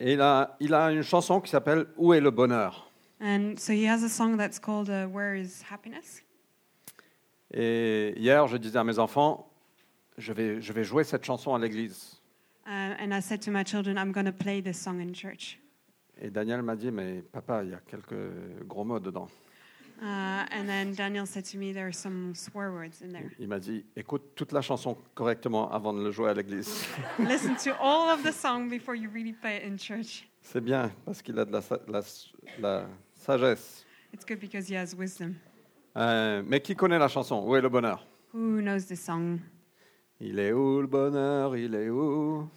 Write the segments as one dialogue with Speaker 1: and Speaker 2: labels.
Speaker 1: Et il a, il a une chanson qui s'appelle Où est le bonheur
Speaker 2: And so he has a song that's called uh, Where is Happiness?
Speaker 1: Et hier, je disais à mes enfants, je vais, je vais jouer cette chanson à l'église.
Speaker 2: Uh, and I said to my children, I'm going to play this song in church.
Speaker 1: Et Daniel m'a dit, mais papa, il y a quelques gros mots dedans.
Speaker 2: Uh, and then Daniel said to me, There are some swear words in there.
Speaker 1: Il m'a dit, écoute toute la chanson correctement avant de le jouer à l'église.
Speaker 2: Listen to all of the song before you really play it in church.
Speaker 1: C'est bien, parce qu'il a de la, sa- la- la sagesse.
Speaker 2: It's good because he has wisdom.
Speaker 1: Euh, mais qui connaît la chanson Où est le bonheur
Speaker 2: Who knows this song?
Speaker 1: Il est où le bonheur Il est où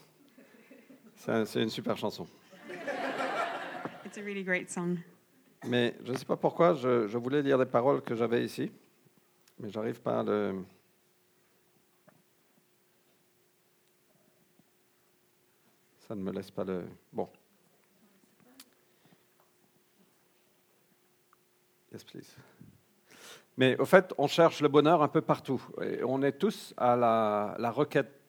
Speaker 1: C'est un- C'est une super chanson.
Speaker 2: It's a really great song.
Speaker 1: Mais je ne sais pas pourquoi, je, je voulais lire les paroles que j'avais ici, mais j'arrive pas à le... Ça ne me laisse pas le... Bon. Yes, please. Mais au fait, on cherche le bonheur un peu partout. Et on est tous à la, la requête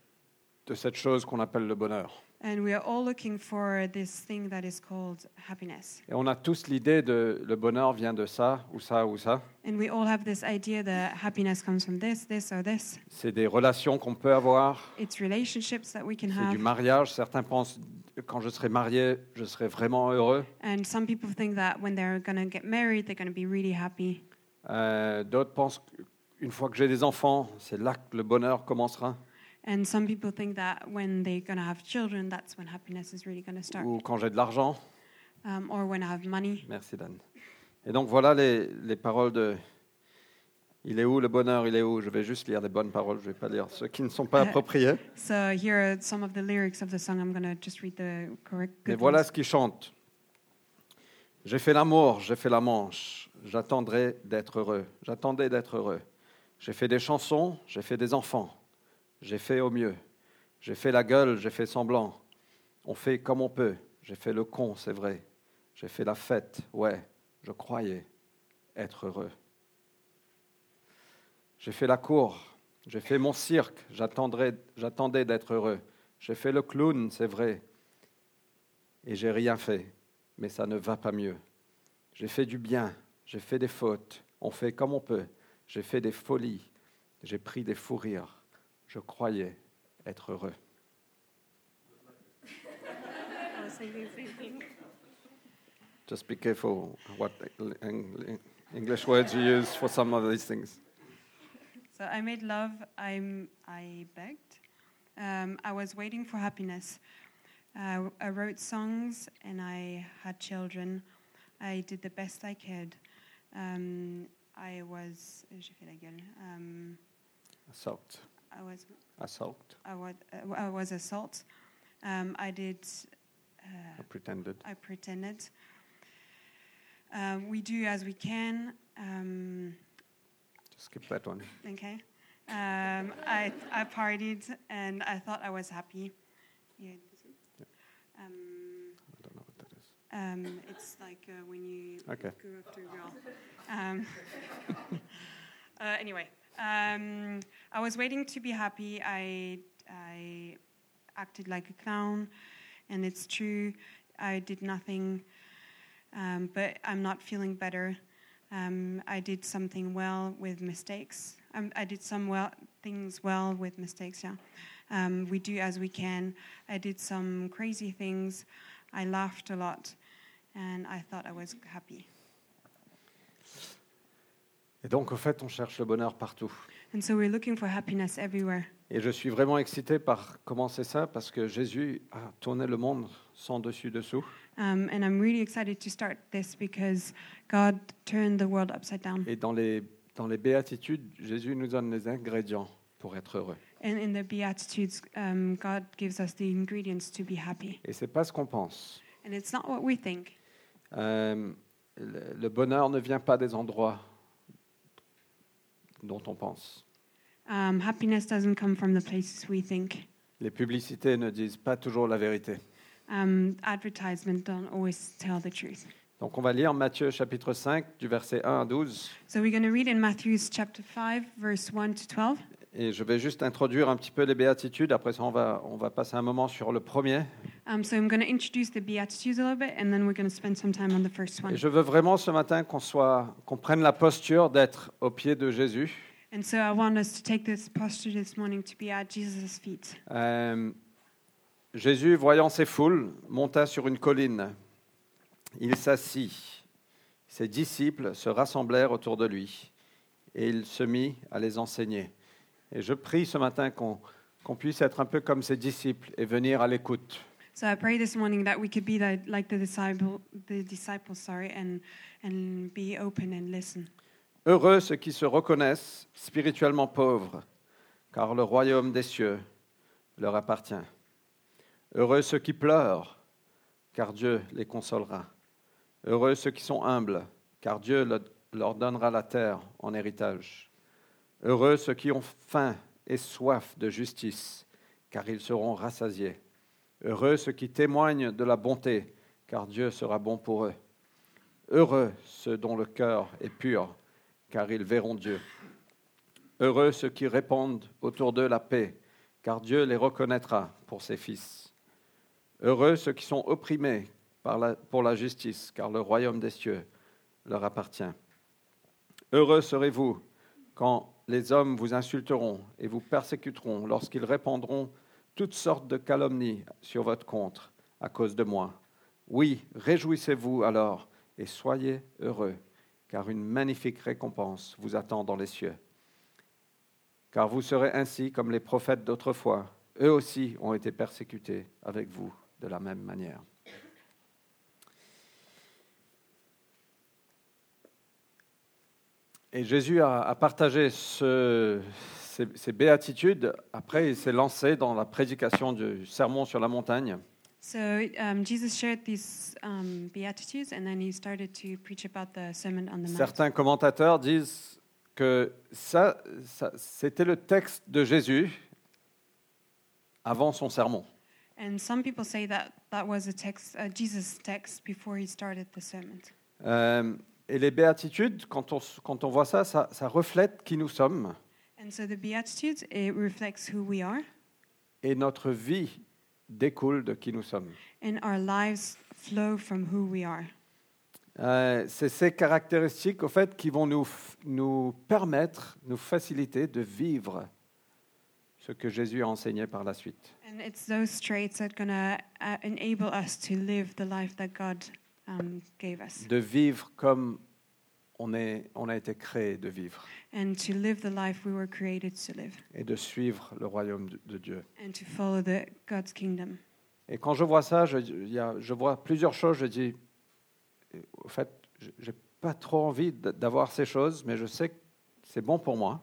Speaker 1: de cette chose qu'on appelle le bonheur.
Speaker 2: And we are all looking for this thing that is called happiness.
Speaker 1: Et on a tous l'idée de le bonheur vient de ça, ou ça, ou ça.
Speaker 2: And we all have this idea that happiness comes from this, this, or this.
Speaker 1: C'est des relations qu'on peut avoir.
Speaker 2: It's relationships that we can
Speaker 1: C'est du
Speaker 2: have.
Speaker 1: mariage. Certains pensent, quand je serai marié, je serai vraiment heureux.
Speaker 2: And some people think that when they're going to get married, they're going to be really happy.
Speaker 1: Euh, D'autres pensent, une fois que j'ai des enfants, c'est là que le bonheur commencera.
Speaker 2: And some people think that when they're going to have children, that's when happiness is really going to start.
Speaker 1: Ou quand j'ai de l'argent.
Speaker 2: Um, or when I have money.
Speaker 1: Merci, Dan. Et donc, voilà les, les paroles de. Il est où le bonheur Il est où Je vais juste lire les bonnes paroles. Je ne vais pas lire ceux qui ne sont pas appropriés.
Speaker 2: So here are some of the lyrics of the song. I'm going to just read the correct.
Speaker 1: Mais
Speaker 2: good
Speaker 1: voilà
Speaker 2: ones.
Speaker 1: ce qu'ils chantent. J'ai fait l'amour, j'ai fait la manche, j'attendrai d'être heureux, j'attendais d'être heureux. J'ai fait des chansons, j'ai fait des enfants, j'ai fait au mieux. J'ai fait la gueule, j'ai fait semblant. On fait comme on peut, j'ai fait le con, c'est vrai. J'ai fait la fête, ouais, je croyais être heureux. J'ai fait la cour, j'ai fait mon cirque, j'attendrai- j'attendais d'être heureux. J'ai fait le clown, c'est vrai, et j'ai rien fait, mais ça ne va pas mieux. J'ai fait du bien, j'ai fait des fautes, on fait comme on peut, j'ai fait des folies, j'ai pris des fous rires, je croyais être heureux. Just be careful what Eng- English words you use for some of these things.
Speaker 2: So I made love, I'm, I begged. Um, I was waiting for happiness. Uh, I wrote songs and I had children. I did the best I could. Um, I was. J'ai fait la gueule. Um,
Speaker 1: Assault,
Speaker 2: I was.
Speaker 1: assault,
Speaker 2: I was. Uh, I was assault. Um, I did. Uh,
Speaker 1: I pretended.
Speaker 2: I pretended. Um, we do as we can. Um,
Speaker 1: Just skip that one.
Speaker 2: Okay. Um, I, I partied and I thought I was happy. Yeah. Um,
Speaker 1: I don't know what that is.
Speaker 2: um, it's like uh, when you
Speaker 1: Okay.
Speaker 2: go up to a girl. Um, uh, anyway, um, I was waiting to be happy. I, I acted like a clown, and it's true. I did nothing, um, but I'm not feeling better. Um, I did something well with mistakes. Um, I did some well things well with mistakes. Yeah, um, we do as we can. I did some crazy things. I laughed a lot, and I thought I was happy.
Speaker 1: Et donc, au fait, on cherche le bonheur partout.
Speaker 2: And so we're looking for happiness everywhere.
Speaker 1: Et je suis vraiment excité par comment c'est ça, parce que Jésus a tourné le monde sans dessus-dessous.
Speaker 2: Um, and I'm really excited to start this because God turned the world upside down.
Speaker 1: Et dans les, dans les béatitudes, Jésus nous donne les ingrédients pour être heureux.
Speaker 2: And in the Beatitudes, um, God gives us the ingredients to be happy.
Speaker 1: Et c'est pas ce qu'on pense.
Speaker 2: And it's not what we think.
Speaker 1: Euh, le, le bonheur ne vient pas des endroits dont on pense.
Speaker 2: Um, happiness doesn't come from the places we think.
Speaker 1: Les publicités ne disent pas toujours la vérité.
Speaker 2: Um, advertisement don't always tell the truth.
Speaker 1: Donc on va lire Matthieu chapitre 5 du verset 1 à 12
Speaker 2: So we're going to read in Matthew's chapter 5, verse 1 to 12.
Speaker 1: et je vais juste introduire un petit peu les béatitudes. Après ça, on va, on va passer un moment sur le premier
Speaker 2: Um, so I'm going to introduce the Beatitudes a little bit, and then we're going to spend some time on the first
Speaker 1: Et
Speaker 2: one.
Speaker 1: je veux vraiment ce matin qu'on soit, qu'on prenne la posture d'être au pied de Jésus.
Speaker 2: And so I want us to take this posture this morning to be at Jesus' feet.
Speaker 1: Euh, Jésus, voyant ses foules, monta sur une colline. Il s'assit. Ses disciples se rassemblèrent autour de lui et il se mit à les enseigner. Et je prie ce matin qu'on qu'on puisse être un peu comme ses disciples et venir à l'écoute.
Speaker 2: So I pray this morning that we could be the, like the disciple, the disciples, sorry, and and be open and listen.
Speaker 1: Heureux ceux qui se reconnaissent spirituellement pauvres, car le royaume des cieux leur appartient. Heureux ceux qui pleurent, car Dieu les consolera. Heureux ceux qui sont humbles, car Dieu le- leur donnera la terre en héritage. Heureux ceux qui ont faim et soif de justice, car ils seront rassasiés. Heureux ceux qui témoignent de la bonté, car Dieu sera bon pour eux. Heureux ceux dont le cœur est pur, car ils verront Dieu. Heureux ceux qui répandent autour d'eux la paix, car Dieu les reconnaîtra pour ses fils. Heureux ceux qui sont opprimés par la- pour la justice, car le royaume des cieux leur appartient. Heureux serez-vous quand les hommes vous insulteront et vous persécuteront lorsqu'ils répandront toutes sortes de calomnies sur votre contre à cause de moi. Oui, réjouissez-vous alors et soyez heureux car une magnifique récompense vous attend dans les cieux. Car vous serez ainsi comme les prophètes d'autrefois. Eux aussi ont été persécutés avec vous de la même manière. Et Jésus a, a partagé ce- ces, ces béatitudes. Après, il s'est lancé dans la prédication du sermon sur la montagne.
Speaker 2: So um, Jesus shared these um, beatitudes, and then he started to preach about the Sermon on the Mount.
Speaker 1: Certains commentateurs disent que ça, ça- c'était le texte de Jésus avant son sermon.
Speaker 2: And some people say that that was a text, uh, Jesus' text, before he started the sermon.
Speaker 1: Euh, et les béatitudes, quand on, s- quand on voit ça, ça, ça reflète qui nous sommes
Speaker 2: And so the beatitudes it reflects who we are,
Speaker 1: et notre vie découle de qui nous sommes.
Speaker 2: and our lives flow from who we are.
Speaker 1: Euh, C'est ces caractéristiques, au fait, qui vont nous, f- nous permettre, nous faciliter de vivre ce que Jésus a enseigné par la suite.
Speaker 2: And it's those traits that gonna uh, enable us to live the life that God um, gave us,
Speaker 1: De vivre comme on, est, on a été créé de vivre.
Speaker 2: and to live the life we were created to live,
Speaker 1: et de suivre le royaume de- de Dieu.
Speaker 2: and to follow the God's kingdom.
Speaker 1: Et quand je vois ça, je, il y a- je vois plusieurs choses. Je dis, eh, au fait, je- j'ai pas trop envie d- d'avoir ces choses, mais je sais que c'est bon pour moi.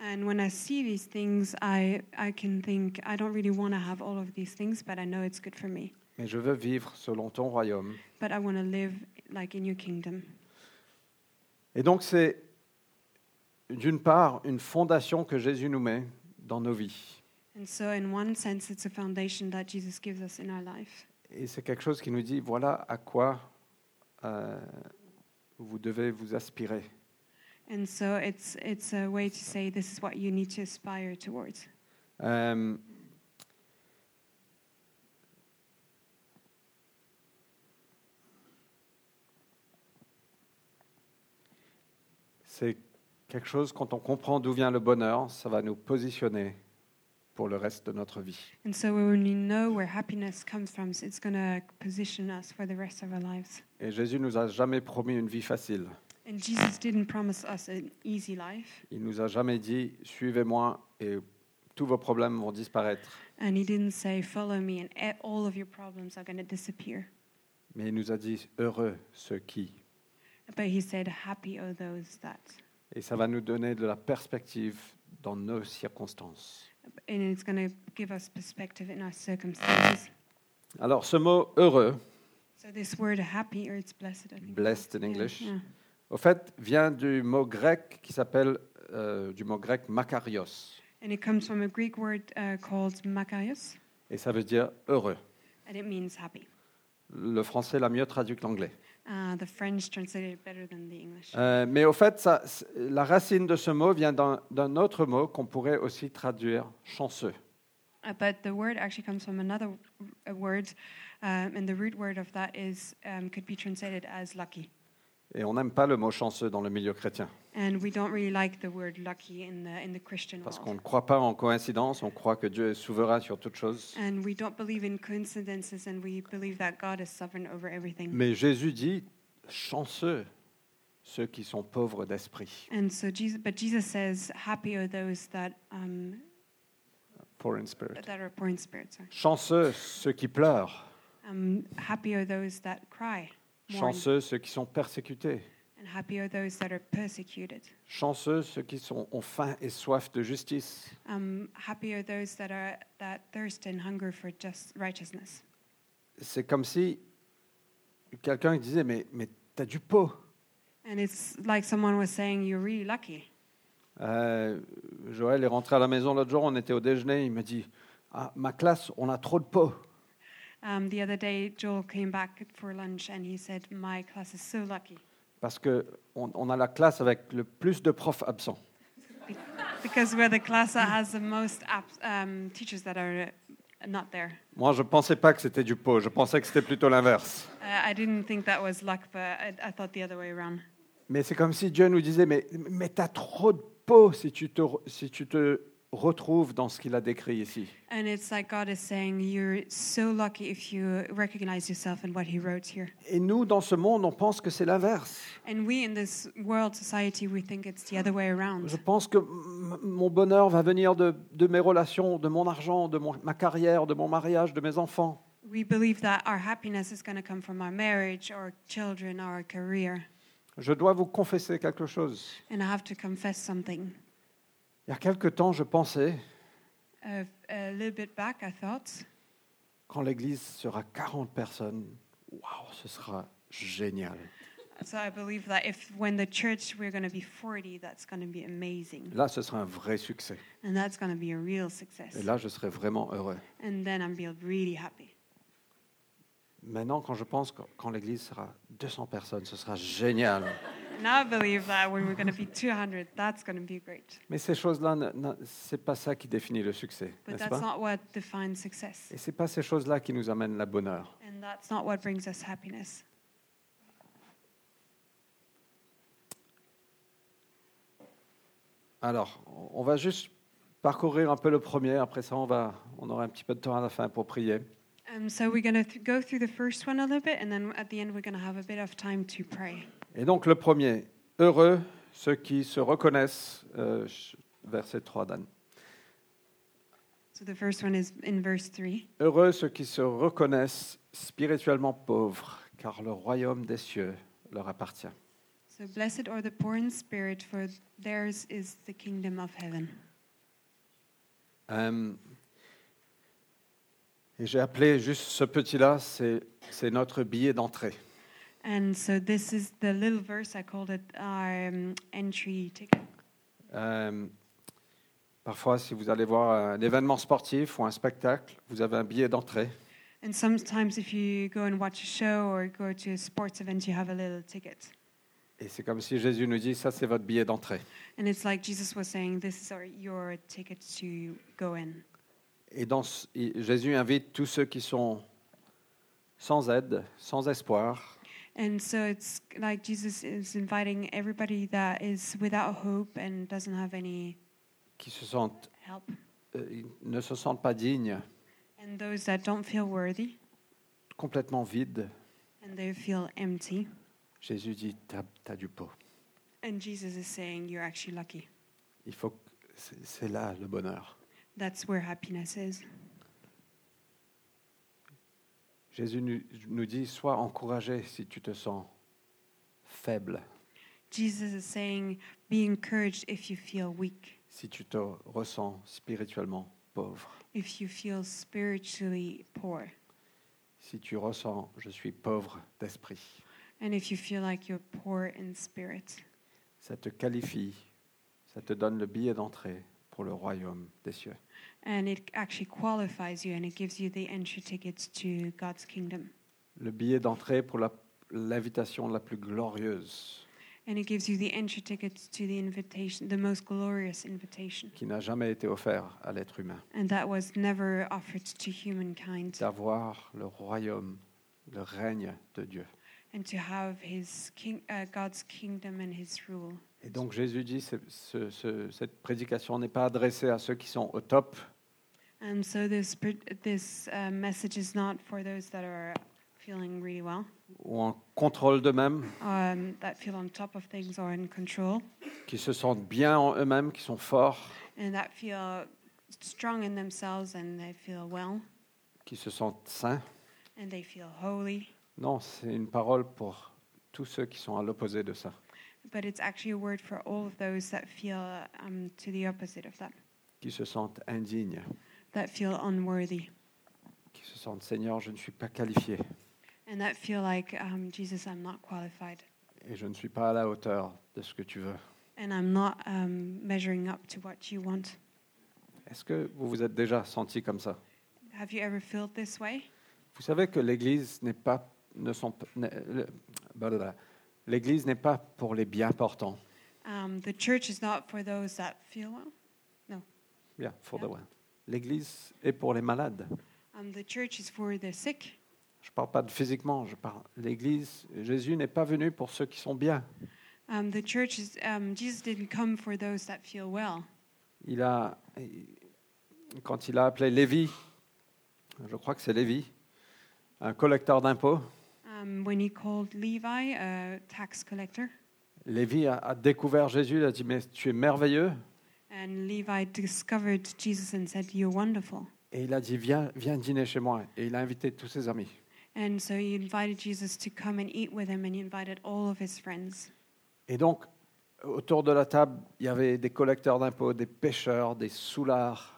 Speaker 2: And when I see these things, I I can think I don't really want to have all of these things, but I know it's good for me.
Speaker 1: Mais je veux vivre selon ton royaume.
Speaker 2: But I want to live like in your kingdom.
Speaker 1: Et donc c'est d'une part une fondation que Jésus nous met dans nos vies.
Speaker 2: And so, in one sense, it's a foundation that Jesus gives us in our life.
Speaker 1: Et c'est quelque chose qui nous dit, voilà à quoi euh, vous devez vous aspirer.
Speaker 2: And so, it's it's a way to say this is what you need to aspire towards.
Speaker 1: Euh, c'est quelque chose, quand on comprend d'où vient le bonheur, ça va nous positionner pour le reste de notre vie.
Speaker 2: And so, when we know where happiness comes from, it's going to position us for the rest of our lives.
Speaker 1: Et Jésus nous a jamais promis une vie facile.
Speaker 2: And Jesus didn't promise us an easy life,
Speaker 1: Il nous a jamais dit suivez-moi et tous vos problèmes vont disparaître.
Speaker 2: and he didn't say, "Follow me, and e- all of your problems are going to disappear."
Speaker 1: Mais il nous a dit heureux ceux qui.
Speaker 2: But he said, "Happy are those that,"
Speaker 1: Et ça va nous donner de la perspective dans nos circonstances.
Speaker 2: and it's going to give us perspective in our circumstances.
Speaker 1: Alors ce mot heureux
Speaker 2: So this word "happy" or it's blessed, I think.
Speaker 1: Blessed in
Speaker 2: Yeah,
Speaker 1: English.
Speaker 2: yeah.
Speaker 1: Au fait, vient du mot grec qui s'appelle euh, du mot grec makarios
Speaker 2: And it comes from a Greek word uh, called makarios,
Speaker 1: et ça veut dire heureux.
Speaker 2: and it means happy.
Speaker 1: Le français l'a mieux traduit que l'anglais.
Speaker 2: Uh, the French translated it better than the English.
Speaker 1: Euh, mais au fait, ça- c'est- la racine de ce mot vient d'un d'un autre mot qu'on pourrait aussi traduire chanceux.
Speaker 2: Uh, but the word actually comes from another w- a word, um, and the root word of that is um, could be translated as lucky.
Speaker 1: Et on n'aime pas le mot chanceux dans le milieu chrétien,
Speaker 2: And we don't really like the word lucky in the in the Christian
Speaker 1: parce qu'on
Speaker 2: world.
Speaker 1: ne croit pas en coïncidence, on croit que Dieu est souverain sur toutes choses.
Speaker 2: And we don't believe in coincidences, and we believe that God is sovereign over everything.
Speaker 1: Mais Jésus dit, chanceux ceux qui sont pauvres d'esprit,
Speaker 2: And so Jesus, but Jesus says, "Happy are those that um,
Speaker 1: poor in spirit.
Speaker 2: that are poor in spirit." Sorry.
Speaker 1: Chanceux ceux qui pleurent,
Speaker 2: Um, happy are those that cry, mourn,
Speaker 1: chanceux ceux qui sont persécutés,
Speaker 2: and happy are those that are persecuted.
Speaker 1: chanceux ceux qui sont, ont faim et soif de justice.
Speaker 2: Um, happy are those that are that thirst and hunger for just righteousness.
Speaker 1: C'est comme si quelqu'un disait, mais, mais t'as du pot.
Speaker 2: And it's like someone was saying, "You're really lucky."
Speaker 1: Euh, Joël est rentré à la maison l'autre jour, on était au déjeuner, il me dit, ah, ma classe, on a trop de pot.
Speaker 2: Um, the other day, Joel came back for lunch and he said, "My class is so lucky
Speaker 1: Parce qu'on on a la classe avec le plus de profs absents.
Speaker 2: because we're the class that has the most abs- um, teachers that are uh, not there."
Speaker 1: Moi, je ne pensais pas que c'était du pot, je pensais que c'était plutôt l'inverse.
Speaker 2: Uh, I didn't think that was luck, but I, I thought the other way around.
Speaker 1: Mais c'est comme si Dieu nous disait, mais, mais tu as trop de pot si tu te, re- si tu te retrouves dans ce qu'il a décrit ici.
Speaker 2: And it's like God is saying, You're so lucky if you recognize yourself in what He wrote here.
Speaker 1: Et nous, dans ce monde, on pense que c'est l'inverse.
Speaker 2: And we in this world society, we think it's the other way
Speaker 1: Je
Speaker 2: around.
Speaker 1: pense que m- mon bonheur va venir de, de mes relations, de mon argent, de mon- ma carrière, de mon mariage, de mes enfants.
Speaker 2: We believe that our happiness is going to come from our marriage, our children, our career.
Speaker 1: Je dois vous confesser quelque chose.
Speaker 2: And I have to confess something.
Speaker 1: Il y a quelque temps, je pensais,
Speaker 2: Uh, a little bit back, I thought,
Speaker 1: quand l'Église sera 40 personnes, waouh, ce sera génial.
Speaker 2: so I believe that if when the church we're going to be 40, that's going to be amazing.
Speaker 1: Là, ce sera un vrai succès.
Speaker 2: And that's going to be a real success.
Speaker 1: Et là, je serai vraiment heureux.
Speaker 2: And then I'm be really happy.
Speaker 1: Maintenant, quand je pense que quand l'Église sera 200 personnes, ce sera génial.
Speaker 2: Now I believe that when we're going to be 200, that's going to be great.
Speaker 1: Mais ces choses-là, ne- ne- c'est pas ça qui définit le succès,
Speaker 2: But
Speaker 1: n'est-ce
Speaker 2: that's
Speaker 1: pas
Speaker 2: not what defines success.
Speaker 1: Et c'est pas ces choses-là qui nous amènent la bonheur.
Speaker 2: And that's not what brings us happiness.
Speaker 1: Alors, on va juste parcourir un peu le premier. Après ça, on va, on aura un petit peu de temps à la fin pour prier.
Speaker 2: Um, so we're going to th- go through the first one a little bit, and then at the end, we're going to have a bit of time to pray.
Speaker 1: Et donc, le premier, heureux ceux qui se reconnaissent, euh, ch- verset 3 d'Anne.
Speaker 2: So the first one is in verse 3.
Speaker 1: Heureux ceux qui se reconnaissent spirituellement pauvres, car le royaume des cieux leur appartient.
Speaker 2: So blessed are the poor in spirit, for theirs is the kingdom of heaven.
Speaker 1: Euh, et j'ai appelé juste ce petit-là, c'est c'est notre billet d'entrée.
Speaker 2: And so this is the little verse, I called it our um, entry ticket.
Speaker 1: Euh, parfois, si vous allez voir un événement sportif ou un spectacle, vous avez un billet d'entrée.
Speaker 2: And sometimes, if you go and watch a show or go to a sports event, you have a little ticket.
Speaker 1: Et c'est comme si Jésus nous dit, ça c'est votre billet d'entrée.
Speaker 2: And it's like Jesus was saying, this is our, your ticket to go in.
Speaker 1: Et dans ce- et Jésus invite tous ceux qui sont sans aide, sans espoir,
Speaker 2: And so it's like Jesus is inviting everybody that is without hope and doesn't have any
Speaker 1: qui se sentent,
Speaker 2: help,
Speaker 1: euh, ils ne se sentent pas dignes,
Speaker 2: and those that don't feel worthy
Speaker 1: complètement vides.
Speaker 2: and they feel empty.
Speaker 1: Jésus dit, t'as as du pot.
Speaker 2: And Jesus is saying, You're actually lucky.
Speaker 1: Il faut que- c'est c'est là le bonheur.
Speaker 2: That's where happiness is.
Speaker 1: Jésus nu- nous dit, sois encouragé si tu te sens faible,
Speaker 2: Jesus is saying, Be encouraged if you feel weak,
Speaker 1: si tu te ressens spirituellement pauvre,
Speaker 2: if you feel spiritually poor,
Speaker 1: si tu ressens, je suis pauvre d'esprit.
Speaker 2: and if you feel like you're poor in spirit.
Speaker 1: Ça te qualifie, ça te donne le billet d'entrée pour le royaume des cieux.
Speaker 2: And it actually qualifies you and it gives you the entry tickets to God's kingdom.
Speaker 1: Le billet d'entrée pour la- l'invitation la, plus glorieuse
Speaker 2: and it gives you the entry tickets to the invitation, the most glorious invitation.
Speaker 1: qui n'a jamais été offert à l'être humain,
Speaker 2: And that was never offered to humankind,
Speaker 1: d'avoir le royaume, le règne de Dieu.
Speaker 2: and to have His king, uh, God's kingdom and His rule.
Speaker 1: Et donc Jésus dit, c'est- ce- ce- cette prédication n'est pas adressée à ceux qui sont au top,
Speaker 2: And so this pr- this uh, message is not for those that are feeling really well,
Speaker 1: ou en contrôle d'eux-mêmes,
Speaker 2: um, that feel on top of things or in control,
Speaker 1: qui se sentent bien en eux-mêmes, qui sont forts,
Speaker 2: and that feel strong in themselves and they feel well
Speaker 1: qui se sentent saints.
Speaker 2: and they feel holy.
Speaker 1: Non, c'est une parole pour tous ceux qui sont à l'opposé de ça,
Speaker 2: But it's actually a word for all of those that feel um, to the opposite of that,
Speaker 1: qui se sentent indignes,
Speaker 2: that feel unworthy,
Speaker 1: qui se sentent Seigneur, je ne suis pas qualifié
Speaker 2: and that feel like um, Jesus, I'm not qualified,
Speaker 1: et je ne suis pas à la hauteur de ce que tu veux.
Speaker 2: and I'm not um, measuring up to what you want.
Speaker 1: Est-ce que vous vous êtes déjà senti comme ça
Speaker 2: Have you ever felt this way?
Speaker 1: Vous savez que l'Église n'est pas, ne sont, p- ne- le- blablabla. l'Église n'est pas pour les bien portants.
Speaker 2: Um, the church is not for those that feel well.
Speaker 1: Yeah, for the one. L'Église est pour les malades.
Speaker 2: Um, the church is for the sick.
Speaker 1: Je ne parle pas de physiquement, je parle l'Église. Jésus n'est pas venu pour ceux qui sont bien.
Speaker 2: Um, the church is um, Jesus didn't come for those that feel well.
Speaker 1: Il a, quand il a appelé Lévi, je crois que c'est Lévi, un collecteur d'impôts,
Speaker 2: Um, when he called Levi a tax collector,
Speaker 1: Lévi a, a découvert Jésus, il a dit mais tu es merveilleux,
Speaker 2: and Levi discovered Jesus and said, "You're wonderful."
Speaker 1: et il a dit viens, viens dîner chez moi, et il a invité tous ses amis.
Speaker 2: And so he invited Jesus to come and eat with him, and he invited all of his friends.
Speaker 1: Et donc, autour de la table, il y avait des collecteurs d'impôts, des pêcheurs, des soulards,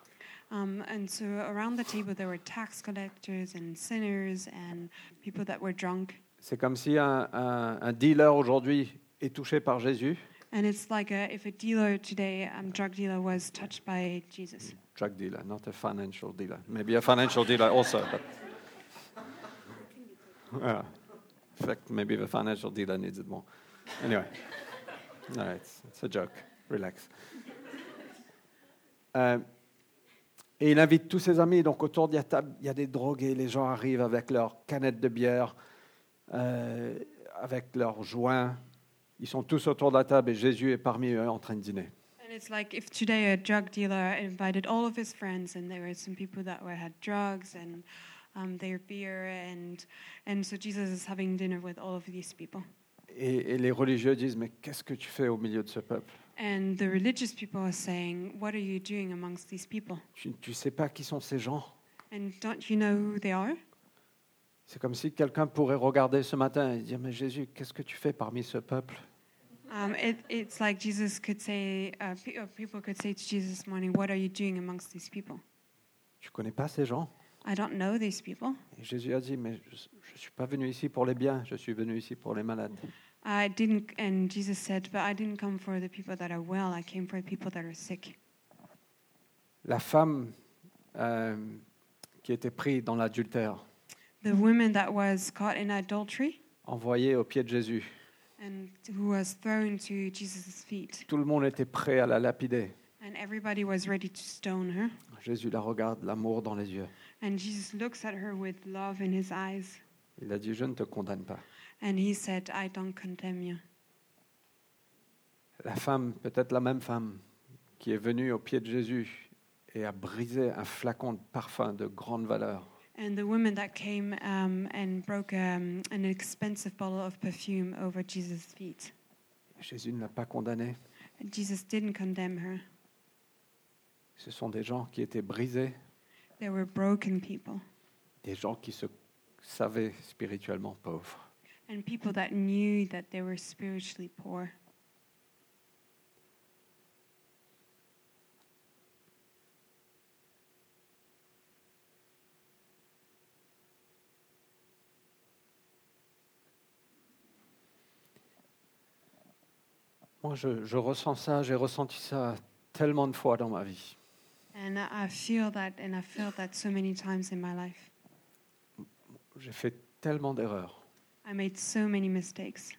Speaker 2: Um, and so around the table there were tax collectors and sinners and people that were drunk.
Speaker 1: C'est comme si un, un- un dealer aujourd'hui est touché par Jésus.
Speaker 2: And it's like a, if a dealer today, um, drug dealer, was touched by Jesus.
Speaker 1: Drug dealer, not a financial dealer. Maybe a financial dealer also. But... Yeah. In fact, maybe the financial dealer needs it more. Anyway, no, it's, it's a joke. Relax. Euh, et il invite tous ses amis. Donc autour de la table, il y a des drogués. Les gens arrivent avec leurs canettes de bière, euh, avec leurs joints. Ils sont tous autour de la table et Jésus est parmi eux en train de dîner.
Speaker 2: And it's like if today a drug dealer invited all of his friends, and there were some people that were had drugs and um, their beer, and and so Jesus is having dinner with all of these people.
Speaker 1: Et, et les religieux disent, mais qu'est-ce que tu fais au milieu de ce peuple
Speaker 2: And the religious people are saying, "What are you doing amongst these people?
Speaker 1: Tu ne sais pas qui sont ces gens
Speaker 2: And don't you know who they are?"
Speaker 1: C'est comme si quelqu'un pourrait regarder ce matin et dire, mais Jésus, qu'est-ce que tu fais parmi ce peuple
Speaker 2: Um, it, it's like Jesus could say, uh, pe- or people could say to Jesus this morning, "What are you doing amongst these people?
Speaker 1: Tu connais pas ces gens
Speaker 2: I don't know these people."
Speaker 1: Et Jésus a dit, mais je ne suis pas venu ici pour les biens, je suis venu ici pour les malades.
Speaker 2: I didn't, and Jesus said, but I didn't come for the people that are well, I came for the people that are sick.
Speaker 1: La femme euh, qui était prise dans l'adultère,
Speaker 2: The woman that was caught in adultery
Speaker 1: envoyée aux pieds de Jésus,
Speaker 2: and who was thrown to Jesus' feet,
Speaker 1: tout le monde était prêt à la lapider.
Speaker 2: and everybody was ready to stone her.
Speaker 1: Jésus la regarde, l'amour dans les yeux.
Speaker 2: And Jesus looks at her with love in his eyes,
Speaker 1: Il a dit, je ne te condamne pas.
Speaker 2: and he said, I don't condemn you.
Speaker 1: La femme, peut-être la même femme, qui est venue aux pieds de Jésus et a brisé un flacon de parfum de grande valeur.
Speaker 2: And the woman that came um, and broke um, an expensive bottle of perfume over Jesus' feet,
Speaker 1: Jésus ne l'a pas condamnée.
Speaker 2: and Jesus didn't condemn her.
Speaker 1: Ce sont des gens qui étaient brisés,
Speaker 2: They were broken people,
Speaker 1: des gens qui se savaient spirituellement pauvres.
Speaker 2: and people that knew that they were spiritually poor.
Speaker 1: Moi, je, je ressens ça, j'ai ressenti ça tellement de fois dans ma vie.
Speaker 2: And I I feel that, and I felt that so many times in my life.
Speaker 1: J'ai fait tellement d'erreurs.
Speaker 2: I made so many mistakes.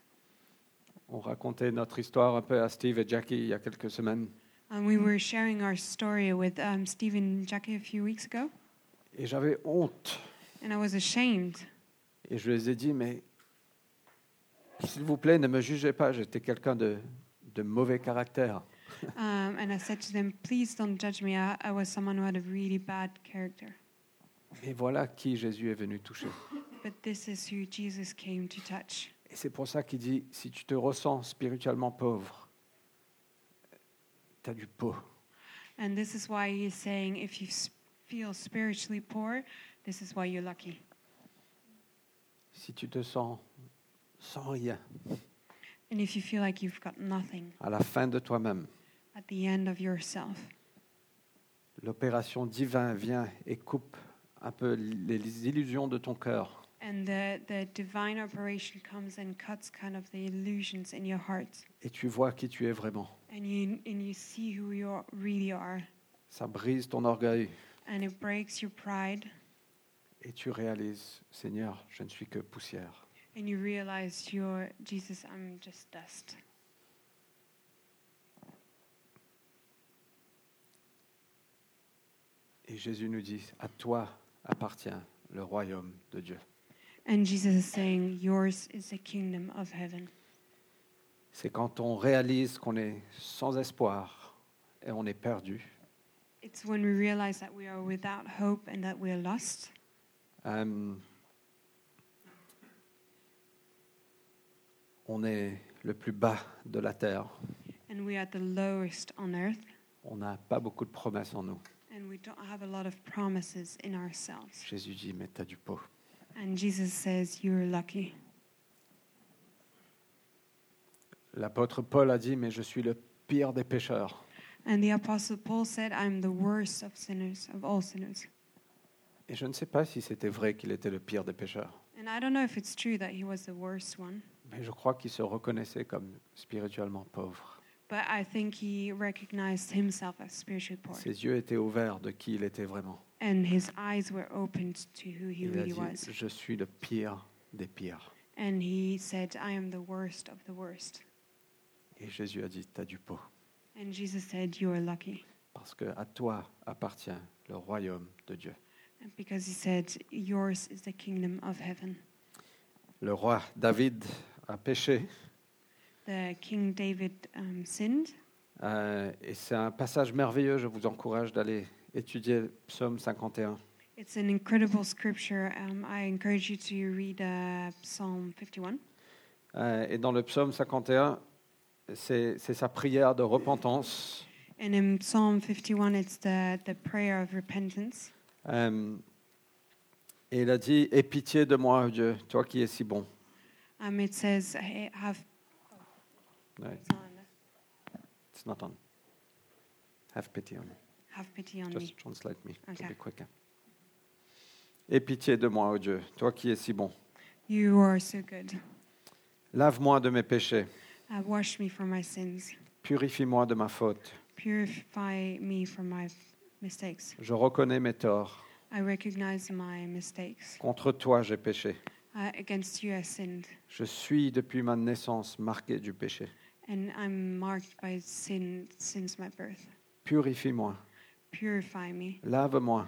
Speaker 1: On racontait notre histoire un peu à Steve et Jackie il y a quelques semaines.
Speaker 2: And we were sharing our story with um, Steve and Jackie a few weeks ago,
Speaker 1: Et j'avais honte.
Speaker 2: and I was ashamed.
Speaker 1: Et je les ai dit, mais s'il vous plaît, ne me jugez pas, j'étais quelqu'un de, de mauvais caractère.
Speaker 2: Um, and I said to them, Please don't judge me. I, I was someone who had a really bad character.
Speaker 1: Mais voilà qui Jésus est venu toucher.
Speaker 2: But this is who Jesus came to touch.
Speaker 1: Et c'est pour ça qu'il dit, si tu te ressens spirituellement pauvre, tu as du pot.
Speaker 2: And this is why he's saying, If you s- feel spiritually poor, this is why you're lucky.
Speaker 1: Si tu te sens sans rien,
Speaker 2: And if you feel like you've got nothing
Speaker 1: à la fin de toi-même,
Speaker 2: at the end of yourself,
Speaker 1: l'opération divine vient et coupe un peu les illusions de ton cœur
Speaker 2: and the, the divine operation comes and cuts kind of the illusions in your heart,
Speaker 1: et tu vois qui tu es vraiment.
Speaker 2: and you, and you see who you are- really are,
Speaker 1: Ça brise ton orgueil
Speaker 2: and it breaks your pride,
Speaker 1: et tu réalises, Seigneur, je ne suis que poussière.
Speaker 2: and you realize you're Jesus, I'm just dust.
Speaker 1: Et Jésus nous dit, à toi appartient le royaume de Dieu.
Speaker 2: And Jesus is saying, Yours is the kingdom of heaven.
Speaker 1: C'est quand on réalise qu'on est sans espoir et on est perdu.
Speaker 2: It's when we realize that we are without hope and that we are lost.
Speaker 1: Euh, on est le plus bas de la terre.
Speaker 2: and we are the lowest on earth,
Speaker 1: On n'a pas beaucoup de promesses en nous.
Speaker 2: and we don't have a lot of promises in ourselves.
Speaker 1: Jésus dit, mais t'as du pot.
Speaker 2: And Jesus says, You're lucky.
Speaker 1: L'apôtre Paul a dit, mais je suis le pire des pécheurs.
Speaker 2: And the Apostle Paul said, I'm the worst of sinners, of all sinners.
Speaker 1: Et je ne sais pas si c'était vrai qu'il était le pire des pécheurs,
Speaker 2: And I don't know if it's true that he was the worst one,
Speaker 1: mais je crois qu'il se reconnaissait comme spirituellement pauvre.
Speaker 2: but I think he recognized himself as spiritually poor.
Speaker 1: Ses yeux étaient ouverts de qui il était vraiment.
Speaker 2: And his eyes were opened to who he
Speaker 1: Il a
Speaker 2: really
Speaker 1: dit,
Speaker 2: was.
Speaker 1: je suis le pire des pires.
Speaker 2: And he said, I am the worst of the worst.
Speaker 1: Et Jésus a dit, t'as du pot,
Speaker 2: And Jesus said, You are lucky.
Speaker 1: parce que à toi appartient le royaume de Dieu.
Speaker 2: And Because he said, Yours is the kingdom of heaven.
Speaker 1: Le roi David a péché,
Speaker 2: the King David um, sinned.
Speaker 1: euh, et c'est un passage merveilleux. Je vous encourage d'aller étudier Psaume 51.
Speaker 2: It's an incredible scripture. Um, I encourage you to read uh, Psalm 51.
Speaker 1: Euh, et dans le Psaume 51, c'est c'est sa prière de repentance.
Speaker 2: And in Psalm 51, it's the, the prayer of repentance.
Speaker 1: Euh, et il a dit Aie pitié de moi, Dieu, toi qui es si bon.
Speaker 2: Um, it says, "Hey, have,
Speaker 1: Ouais,
Speaker 2: it's not on there.
Speaker 1: it's not on. Have pity on me.
Speaker 2: have pity on
Speaker 1: Just
Speaker 2: me.
Speaker 1: translate me. to
Speaker 2: Okay.
Speaker 1: be quicker. Aie pitié de moi, ô Dieu, toi qui es si bon.
Speaker 2: You are so good.
Speaker 1: Lave-moi de mes péchés.
Speaker 2: Uh, wash me from my sins.
Speaker 1: Purifie-moi de ma faute.
Speaker 2: Purify me from my f- mistakes.
Speaker 1: Je reconnais mes torts.
Speaker 2: I recognize my mistakes.
Speaker 1: Contre toi, j'ai péché.
Speaker 2: Uh, against you, I sinned.
Speaker 1: Je suis depuis ma naissance marqué du péché.
Speaker 2: And I'm marked by sin since my birth.
Speaker 1: Purifie-moi.
Speaker 2: Purify me.
Speaker 1: Lave-moi.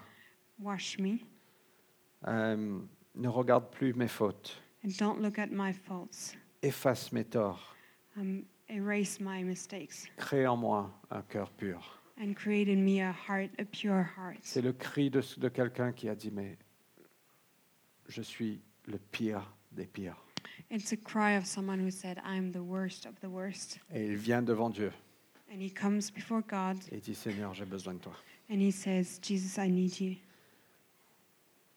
Speaker 2: Wash me
Speaker 1: Euh, ne regarde plus mes fautes.
Speaker 2: and don't look at my faults.
Speaker 1: Efface mes torts.
Speaker 2: Um, erase my mistakes
Speaker 1: Crée en moi un cœur pur.
Speaker 2: and create in me a heart, a pure heart.
Speaker 1: C'est le cri de, de quelqu'un qui a dit Mais je suis le pire des pires.
Speaker 2: It's a cry of someone who said, I'm the worst of the worst.
Speaker 1: Et il vient devant Dieu
Speaker 2: And he comes before God
Speaker 1: et dit Seigneur, j'ai besoin de toi.
Speaker 2: and he says, Jesus, I need you.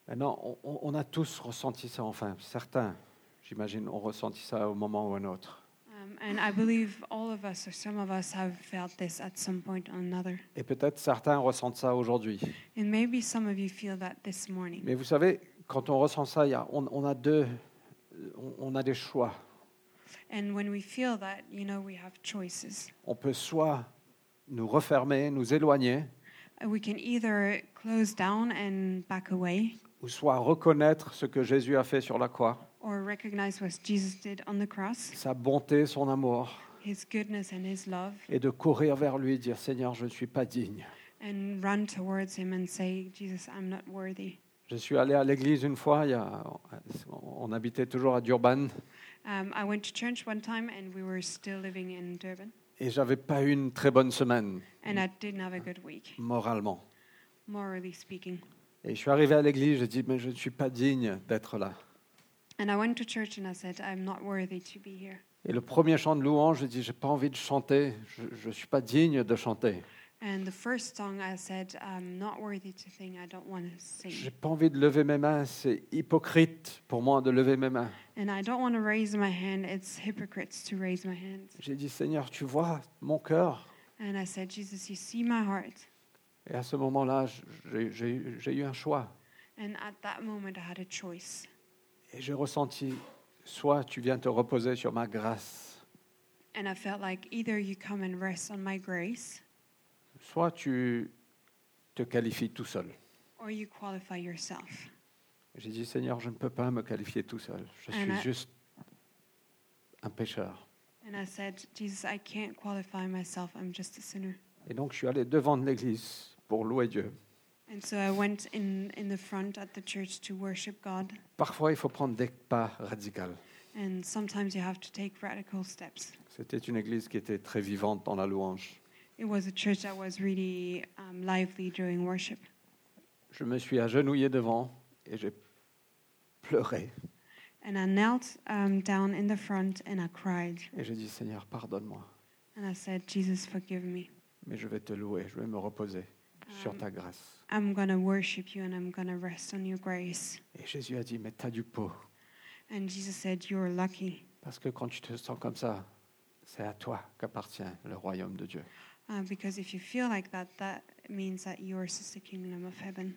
Speaker 1: Maintenant, on, on- on a tous ressenti ça, enfin, certains, j'imagine, ont ressenti ça au moment ou un autre.
Speaker 2: Um, and I believe all of us, or some of us, have felt this at some point or another.
Speaker 1: Et peut-être certains ressentent ça aujourd'hui.
Speaker 2: And maybe some of you feel that this morning.
Speaker 1: Mais vous savez, quand on ressent ça, il y a- on, on a deux, on- on a des choix.
Speaker 2: And when we feel that, you know, we have choices.
Speaker 1: On peut soit nous refermer, nous éloigner,
Speaker 2: Uh, We can either close down and back away,
Speaker 1: ou ou soit reconnaître ce que Jésus a fait sur la croix,
Speaker 2: or recognize what Jesus did on the cross,
Speaker 1: sa bonté, son amour,
Speaker 2: his goodness and his love,
Speaker 1: et de courir vers lui, dire Seigneur, je ne suis pas digne.
Speaker 2: and run towards him and say, Jesus, I'm not worthy.
Speaker 1: Je suis allé à l'église une fois, il y a- on habitait toujours à Durban,
Speaker 2: Um, I went to church one time and we were still living in Durban,
Speaker 1: et j'avais pas eu une très bonne semaine,
Speaker 2: and I didn't have a good week,
Speaker 1: moralement.
Speaker 2: morally speaking.
Speaker 1: Et je suis arrivé à l'église, j'ai dit, mais je ne suis pas digne d'être là.
Speaker 2: And I went to church and I said, I'm not worthy to be here.
Speaker 1: Et le premier chant de louange, j'ai dit, j'ai pas envie de chanter, je ne suis pas digne de chanter.
Speaker 2: And the first song I said, I'm not worthy to sing, I don't want to
Speaker 1: J'ai
Speaker 2: sing.
Speaker 1: pas envie de lever mes mains, c'est hypocrite pour moi de lever mes mains.
Speaker 2: And I don't want to raise my hand, it's hypocrites to raise my hand.
Speaker 1: J'ai dit, Seigneur, tu vois mon cœur.
Speaker 2: And I said, Jesus, you see my heart.
Speaker 1: Et à ce moment-là, j'ai- j'ai j'ai eu un choix.
Speaker 2: And at that moment, I had a choice.
Speaker 1: Et j'ai ressenti, soit tu viens te reposer sur ma grâce,
Speaker 2: And I felt like either you come and rest on my grace,
Speaker 1: soit tu te qualifies tout seul.
Speaker 2: or you qualify yourself.
Speaker 1: J'ai dit, Seigneur, je ne peux pas me qualifier tout seul. Je
Speaker 2: And
Speaker 1: suis
Speaker 2: I-
Speaker 1: juste un pécheur.
Speaker 2: And I said, Jesus, I can't qualify myself. I'm just a sinner.
Speaker 1: Et donc, je suis allé devant de l'église pour louer Dieu.
Speaker 2: And so I went in, in the front at the church to worship God.
Speaker 1: Parfois, il faut prendre des pas radicaux.
Speaker 2: And sometimes you have to take radical steps.
Speaker 1: C'était une église qui était très vivante dans la louange.
Speaker 2: It was a church that was really um, lively during worship.
Speaker 1: Je me suis agenouillé devant et j'ai pleuré.
Speaker 2: And I knelt um, down in the front and I cried.
Speaker 1: Et j'ai dit, Seigneur, pardonne-moi,
Speaker 2: And I said, Jesus, forgive me.
Speaker 1: mais je vais te louer, je vais me reposer sur
Speaker 2: Um,
Speaker 1: ta grâce.
Speaker 2: I'm going to worship you and I'm going to rest on your grace.
Speaker 1: Et Jésus a dit, mais t'as du pot.
Speaker 2: And Jesus said, You're lucky.
Speaker 1: Parce que quand tu te sens comme ça, c'est à toi qu'appartient le royaume de Dieu.
Speaker 2: Uh, because if you feel like that, that means that yours is the kingdom of heaven.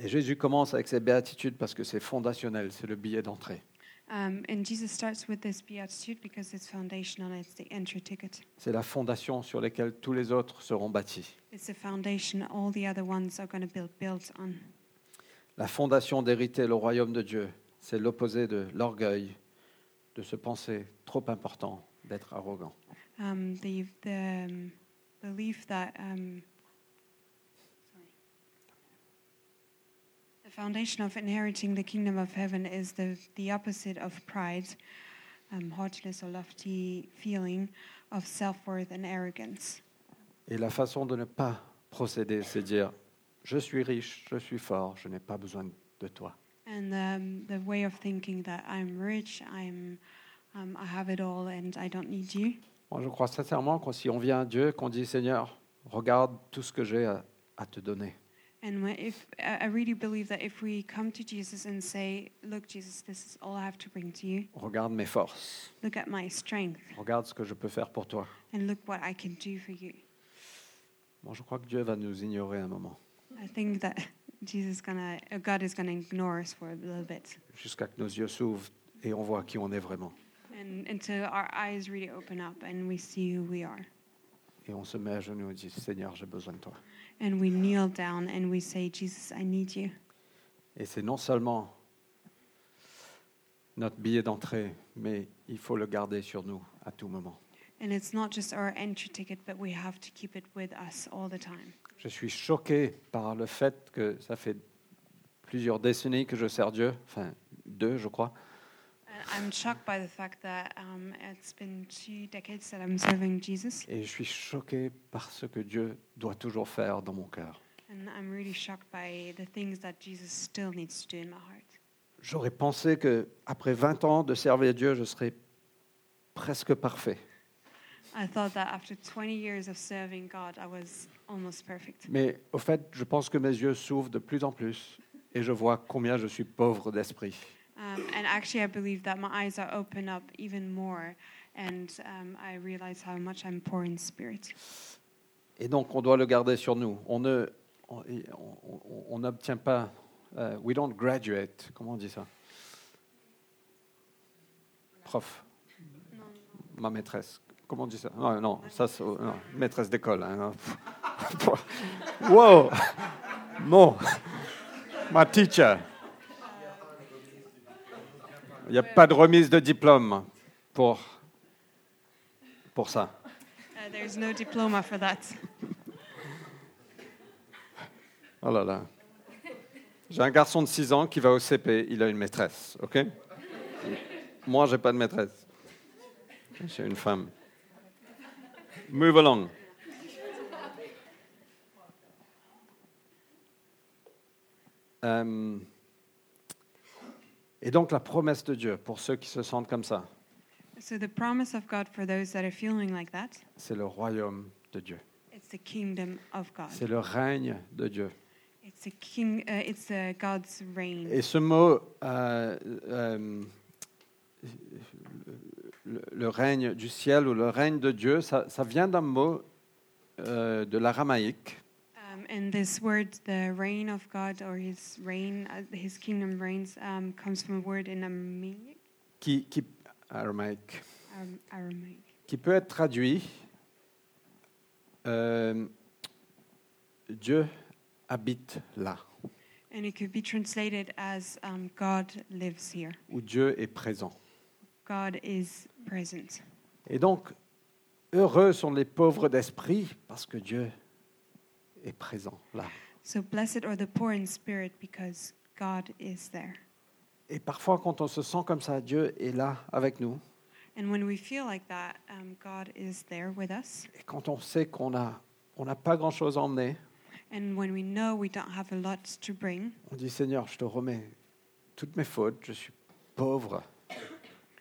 Speaker 1: Et Jésus commence avec ses béatitudes parce que c'est fondationnel, c'est le billet d'entrée.
Speaker 2: Um, and Jesus starts with this beatitude because it's foundational, it's the entry ticket.
Speaker 1: C'est la fondation sur laquelle tous les autres seront bâtis.
Speaker 2: It's the foundation all the other ones are going to build built on.
Speaker 1: La fondation d'hériter le royaume de Dieu, c'est l'opposé de l'orgueil, de se penser trop important, d'être arrogant.
Speaker 2: Um, the the um, belief that um, sorry. the foundation of inheriting the kingdom of heaven is the the opposite of pride, um, haughtiness or lofty feeling of self worth and arrogance.
Speaker 1: Et la façon de ne pas procéder, c'est dire je suis riche, je suis fort, je n'ai pas besoin de toi.
Speaker 2: And um, the way of thinking that I'm rich, I'm, um, I have it all, and I don't need you.
Speaker 1: Moi, je crois sincèrement que si on vient à Dieu, qu'on dit Seigneur, regarde tout ce que j'ai à, à te donner.
Speaker 2: And when- if I I really believe that if we come to Jesus and say, "Look, Jesus, this is all I have to bring to you.
Speaker 1: Regarde mes forces,
Speaker 2: Look at my strength,
Speaker 1: regarde ce que je peux faire pour toi.
Speaker 2: and look what I can do for you,"
Speaker 1: Moi, je crois que Dieu va nous ignorer un moment,
Speaker 2: I think that Jesus is gonna, uh, God is gonna ignore us for a little bit,
Speaker 1: jusqu'à que nos yeux s'ouvrent et on voit qui on est vraiment.
Speaker 2: and until our eyes really open up and we see who we are,
Speaker 1: Et on se met à genoux et dit Seigneur, j'ai besoin de toi.
Speaker 2: and we kneel down and we say, "Jesus, I need you."
Speaker 1: Et c'est non seulement notre billet d'entrée, mais il faut le garder sur nous à tout moment.
Speaker 2: And it's not just our entry ticket, but we have to keep it with us all the time.
Speaker 1: Je suis choqué par le fait que ça fait plusieurs décennies que je sers Dieu, enfin deux, je crois,
Speaker 2: And I'm shocked by the fact that um, it's been two decades that I'm serving Jesus,
Speaker 1: et je suis choqué par ce que Dieu doit toujours faire dans mon cœur.
Speaker 2: and I'm really shocked by the things that Jesus still needs to do in my heart.
Speaker 1: J'aurais pensé que après 20 ans de servir Dieu, je serais presque parfait.
Speaker 2: I thought that after 20 years of serving God, I was almost perfect.
Speaker 1: Mais au fait, je pense que mes yeux s'ouvrent de plus en plus et je vois combien je suis pauvre d'esprit.
Speaker 2: Um, and actually, I believe that my eyes are open up even more, and um, I realize how much I'm poor in spirit.
Speaker 1: Et donc, on doit le garder sur nous. On ne, on- on- on n'obtient pas. euh, we don't graduate. Comment on dit ça Prof, ma maîtresse. Comment on dit ça Non, non, ça, c'est- euh, non, maîtresse d'école. hein, non. wow Non My teacher. Il n'y a pas de remise de diplôme pour, pour ça.
Speaker 2: Uh, there's no diploma for that.
Speaker 1: Oh là là. J'ai un garçon de 6 ans qui va au CP, il a une maîtresse, ok Moi, j'ai pas de maîtresse. J'ai une femme. Move along. Euh, et donc la promesse de Dieu pour ceux qui se sentent comme ça,
Speaker 2: So the promise of God for those that are feeling like that,
Speaker 1: c'est le royaume de Dieu,
Speaker 2: it's the kingdom of God.
Speaker 1: c'est le règne de Dieu.
Speaker 2: It's a king. Uh, it's uh, God's reign.
Speaker 1: Et ce mot, euh, euh, le, le règne du ciel ou le règne de Dieu, ça, ça vient d'un mot euh, de l'aramaïque
Speaker 2: Um, and this word, the reign of God or His reign, uh, His kingdom reigns, um, comes from a word in Aramaic,
Speaker 1: qui, qui, araméique,
Speaker 2: Aram, Aramaic,
Speaker 1: qui peut être traduit euh, Dieu habite là
Speaker 2: and it could be translated as um, "God lives here."
Speaker 1: ou Dieu est présent.
Speaker 2: God is present.
Speaker 1: Et donc, heureux sont les pauvres d'esprit parce que Dieu est présent là.
Speaker 2: So blessed are the poor in spirit, because God is there.
Speaker 1: Et parfois, quand on se sent comme ça, Dieu est là avec nous.
Speaker 2: And when we feel like that, um, God is there with us.
Speaker 1: Et quand on sait qu'on a, on n'a pas grand-chose à emmener,
Speaker 2: And when we know we don't have a lot to bring,
Speaker 1: on dit Seigneur, je te remets toutes mes fautes, je suis pauvre,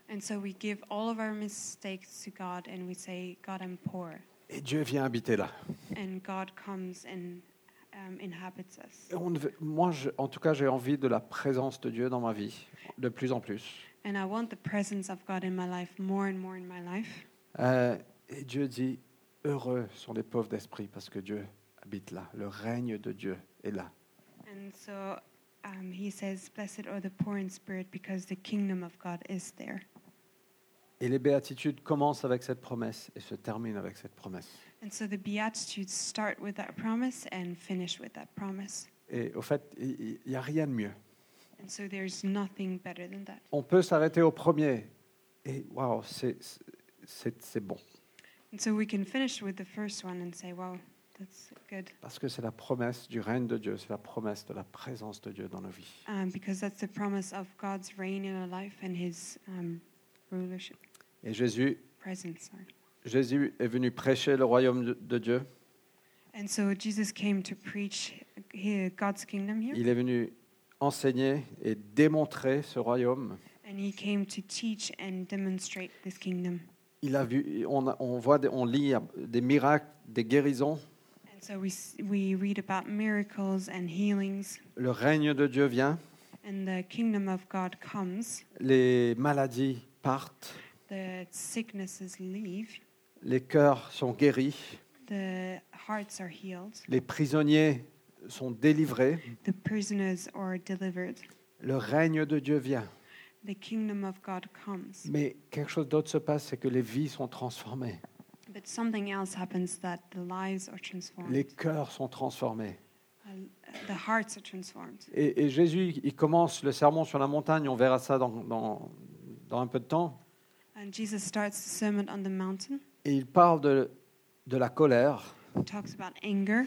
Speaker 2: And so we give all of our mistakes to God and we say, God, I'm poor.
Speaker 1: et Dieu vient habiter là.
Speaker 2: And God comes and um, inhabits
Speaker 1: Et
Speaker 2: us.
Speaker 1: on ne veut- moi, je- en tout cas, j'ai envie de la présence de Dieu dans ma vie, de plus en plus.
Speaker 2: And I want the presence of God in my life more and more in my life.
Speaker 1: Euh, et Dieu dit, heureux sont les pauvres d'esprit parce que Dieu habite là, le règne de Dieu est là.
Speaker 2: And so um, he says, Blessed are the poor in spirit because the kingdom of God is there.
Speaker 1: Et les béatitudes commencent avec cette promesse et se terminent avec cette promesse.
Speaker 2: And so the Beatitudes start with that promise and finish with that promise.
Speaker 1: Et au fait, il n'y a rien de mieux.
Speaker 2: And so there's nothing better than that.
Speaker 1: On peut s'arrêter au premier et waouh, c'est c'est- c'est bon.
Speaker 2: And so we can finish with the first one and say, Wow, that's good.
Speaker 1: Parce que c'est la promesse du règne de Dieu, c'est la promesse de la présence de Dieu dans nos vies.
Speaker 2: um, because that's the promise of God's reign in our life and His um, rulership
Speaker 1: Et Jésus,
Speaker 2: presence. Sorry.
Speaker 1: Jésus est venu prêcher le royaume de- de Dieu.
Speaker 2: And so Jesus came to preach here, God's kingdom here,
Speaker 1: Il est venu enseigner et démontrer ce royaume.
Speaker 2: and He came to teach and demonstrate this kingdom.
Speaker 1: Il a vu, on, a- on voit, des- on lit des miracles, des guérisons.
Speaker 2: And so we s- we read about miracles and healings,
Speaker 1: Le règne de Dieu vient,
Speaker 2: and the kingdom of God comes.
Speaker 1: les maladies partent,
Speaker 2: The sicknesses leave,
Speaker 1: les cœurs sont guéris,
Speaker 2: the hearts are healed,
Speaker 1: les prisonniers sont délivrés.
Speaker 2: the prisoners are delivered.
Speaker 1: Le règne de Dieu vient.
Speaker 2: The kingdom of God comes.
Speaker 1: Mais quelque chose d'autre se passe, c'est que les vies sont transformées,
Speaker 2: But something else happens that the lives are transformed,
Speaker 1: les cœurs sont transformés.
Speaker 2: Uh, the hearts are transformed.
Speaker 1: Et, et Jésus, il commence le sermon sur la montagne, on verra ça dans, dans- dans un peu de temps,
Speaker 2: And Jesus starts the Sermon on the Mountain,
Speaker 1: et il parle de, de la colère,
Speaker 2: he talks about anger,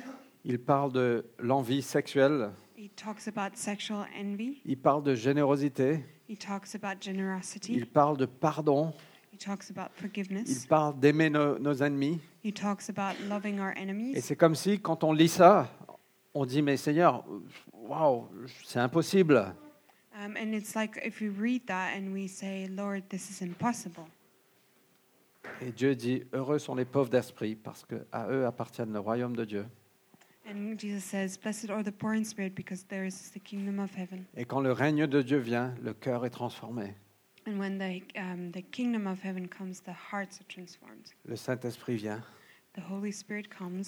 Speaker 1: il parle de l'envie sexuelle,
Speaker 2: he talks about sexual envy,
Speaker 1: il parle de générosité,
Speaker 2: he talks about
Speaker 1: il
Speaker 2: generosity,
Speaker 1: parle de pardon,
Speaker 2: he talks about
Speaker 1: il
Speaker 2: forgiveness,
Speaker 1: parle d'aimer nos- nos ennemis.
Speaker 2: he talks about loving our
Speaker 1: Et
Speaker 2: enemies.
Speaker 1: c'est comme si, quand on lit ça, on dit Mais Seigneur, waouh, c'est impossible.
Speaker 2: Um, and it's like if we read that and we say, Lord, this is impossible.
Speaker 1: Et Dieu dit Heureux sont les pauvres d'esprit, parce que à eux appartiennent le royaume de Dieu.
Speaker 2: And Jesus says, Blessed are the poor in spirit because theirs is the kingdom of heaven.
Speaker 1: Et quand le règne de Dieu vient, le cœur est transformé,
Speaker 2: And when the, um, the kingdom of heaven comes, the hearts are transformed.
Speaker 1: le Saint-Esprit vient,
Speaker 2: The Holy Spirit comes,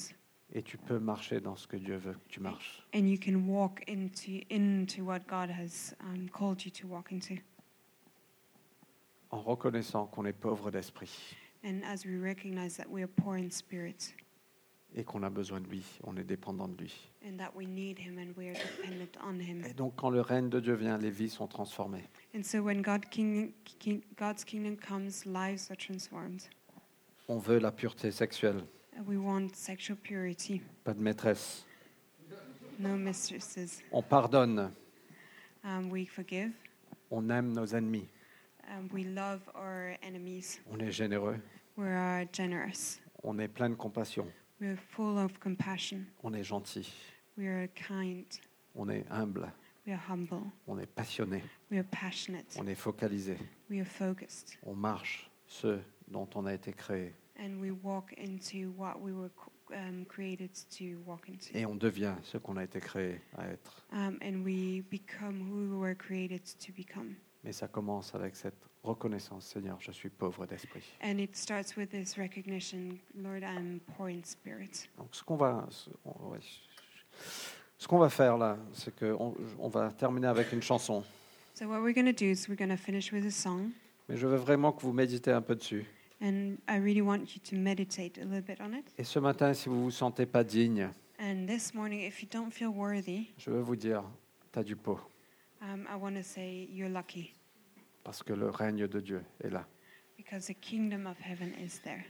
Speaker 1: et tu peux marcher dans ce que Dieu veut que tu marches.
Speaker 2: and you can walk into into what God has um, called you to walk into.
Speaker 1: En reconnaissant qu'on est pauvre d'esprit
Speaker 2: And as we recognize that we are poor in spirit,
Speaker 1: et qu'on a besoin de lui, on est dépendant de lui.
Speaker 2: and that we need Him and we are dependent on Him.
Speaker 1: Et donc quand le règne de Dieu vient, les vies sont transformées.
Speaker 2: And so when God king, king, God's kingdom comes, lives are transformed.
Speaker 1: On veut la pureté sexuelle,
Speaker 2: And We want sexual purity,
Speaker 1: pas de maîtresse.
Speaker 2: no mistresses.
Speaker 1: On pardonne,
Speaker 2: Um, we forgive.
Speaker 1: on aime nos ennemis,
Speaker 2: Um, we love our enemies.
Speaker 1: on est généreux,
Speaker 2: We are generous.
Speaker 1: on est plein de compassion,
Speaker 2: We are full of compassion.
Speaker 1: on est gentil,
Speaker 2: We are kind.
Speaker 1: on est humble,
Speaker 2: We are humble.
Speaker 1: on est passionné,
Speaker 2: We are passionate.
Speaker 1: on est focalisé,
Speaker 2: We are focused.
Speaker 1: on marche ce dont on a été créé
Speaker 2: And we walk into what we were c- um, created to walk into.
Speaker 1: et on devient ce qu'on a été créé à être.
Speaker 2: Um, and we become who we were created to become.
Speaker 1: Mais ça commence avec cette reconnaissance, Seigneur, je suis pauvre d'esprit.
Speaker 2: And it starts with this recognition Lord, I'm poor in spirit.
Speaker 1: Donc ce qu'on va, ce, on- ouais. Ce qu'on va faire là, c'est qu'on on va terminer avec une chanson.
Speaker 2: So, what we're going to do is we're going to finish with a song.
Speaker 1: Mais je veux vraiment que vous méditez un peu dessus.
Speaker 2: And I really want you to meditate a little bit on it.
Speaker 1: Et ce matin, si vous vous sentez pas digne,
Speaker 2: And this morning, if you don't feel worthy,
Speaker 1: je veux vous dire, t'as du pot,
Speaker 2: um, I want to say you're lucky
Speaker 1: parce que le règne de Dieu est là.
Speaker 2: because the kingdom of heaven is there.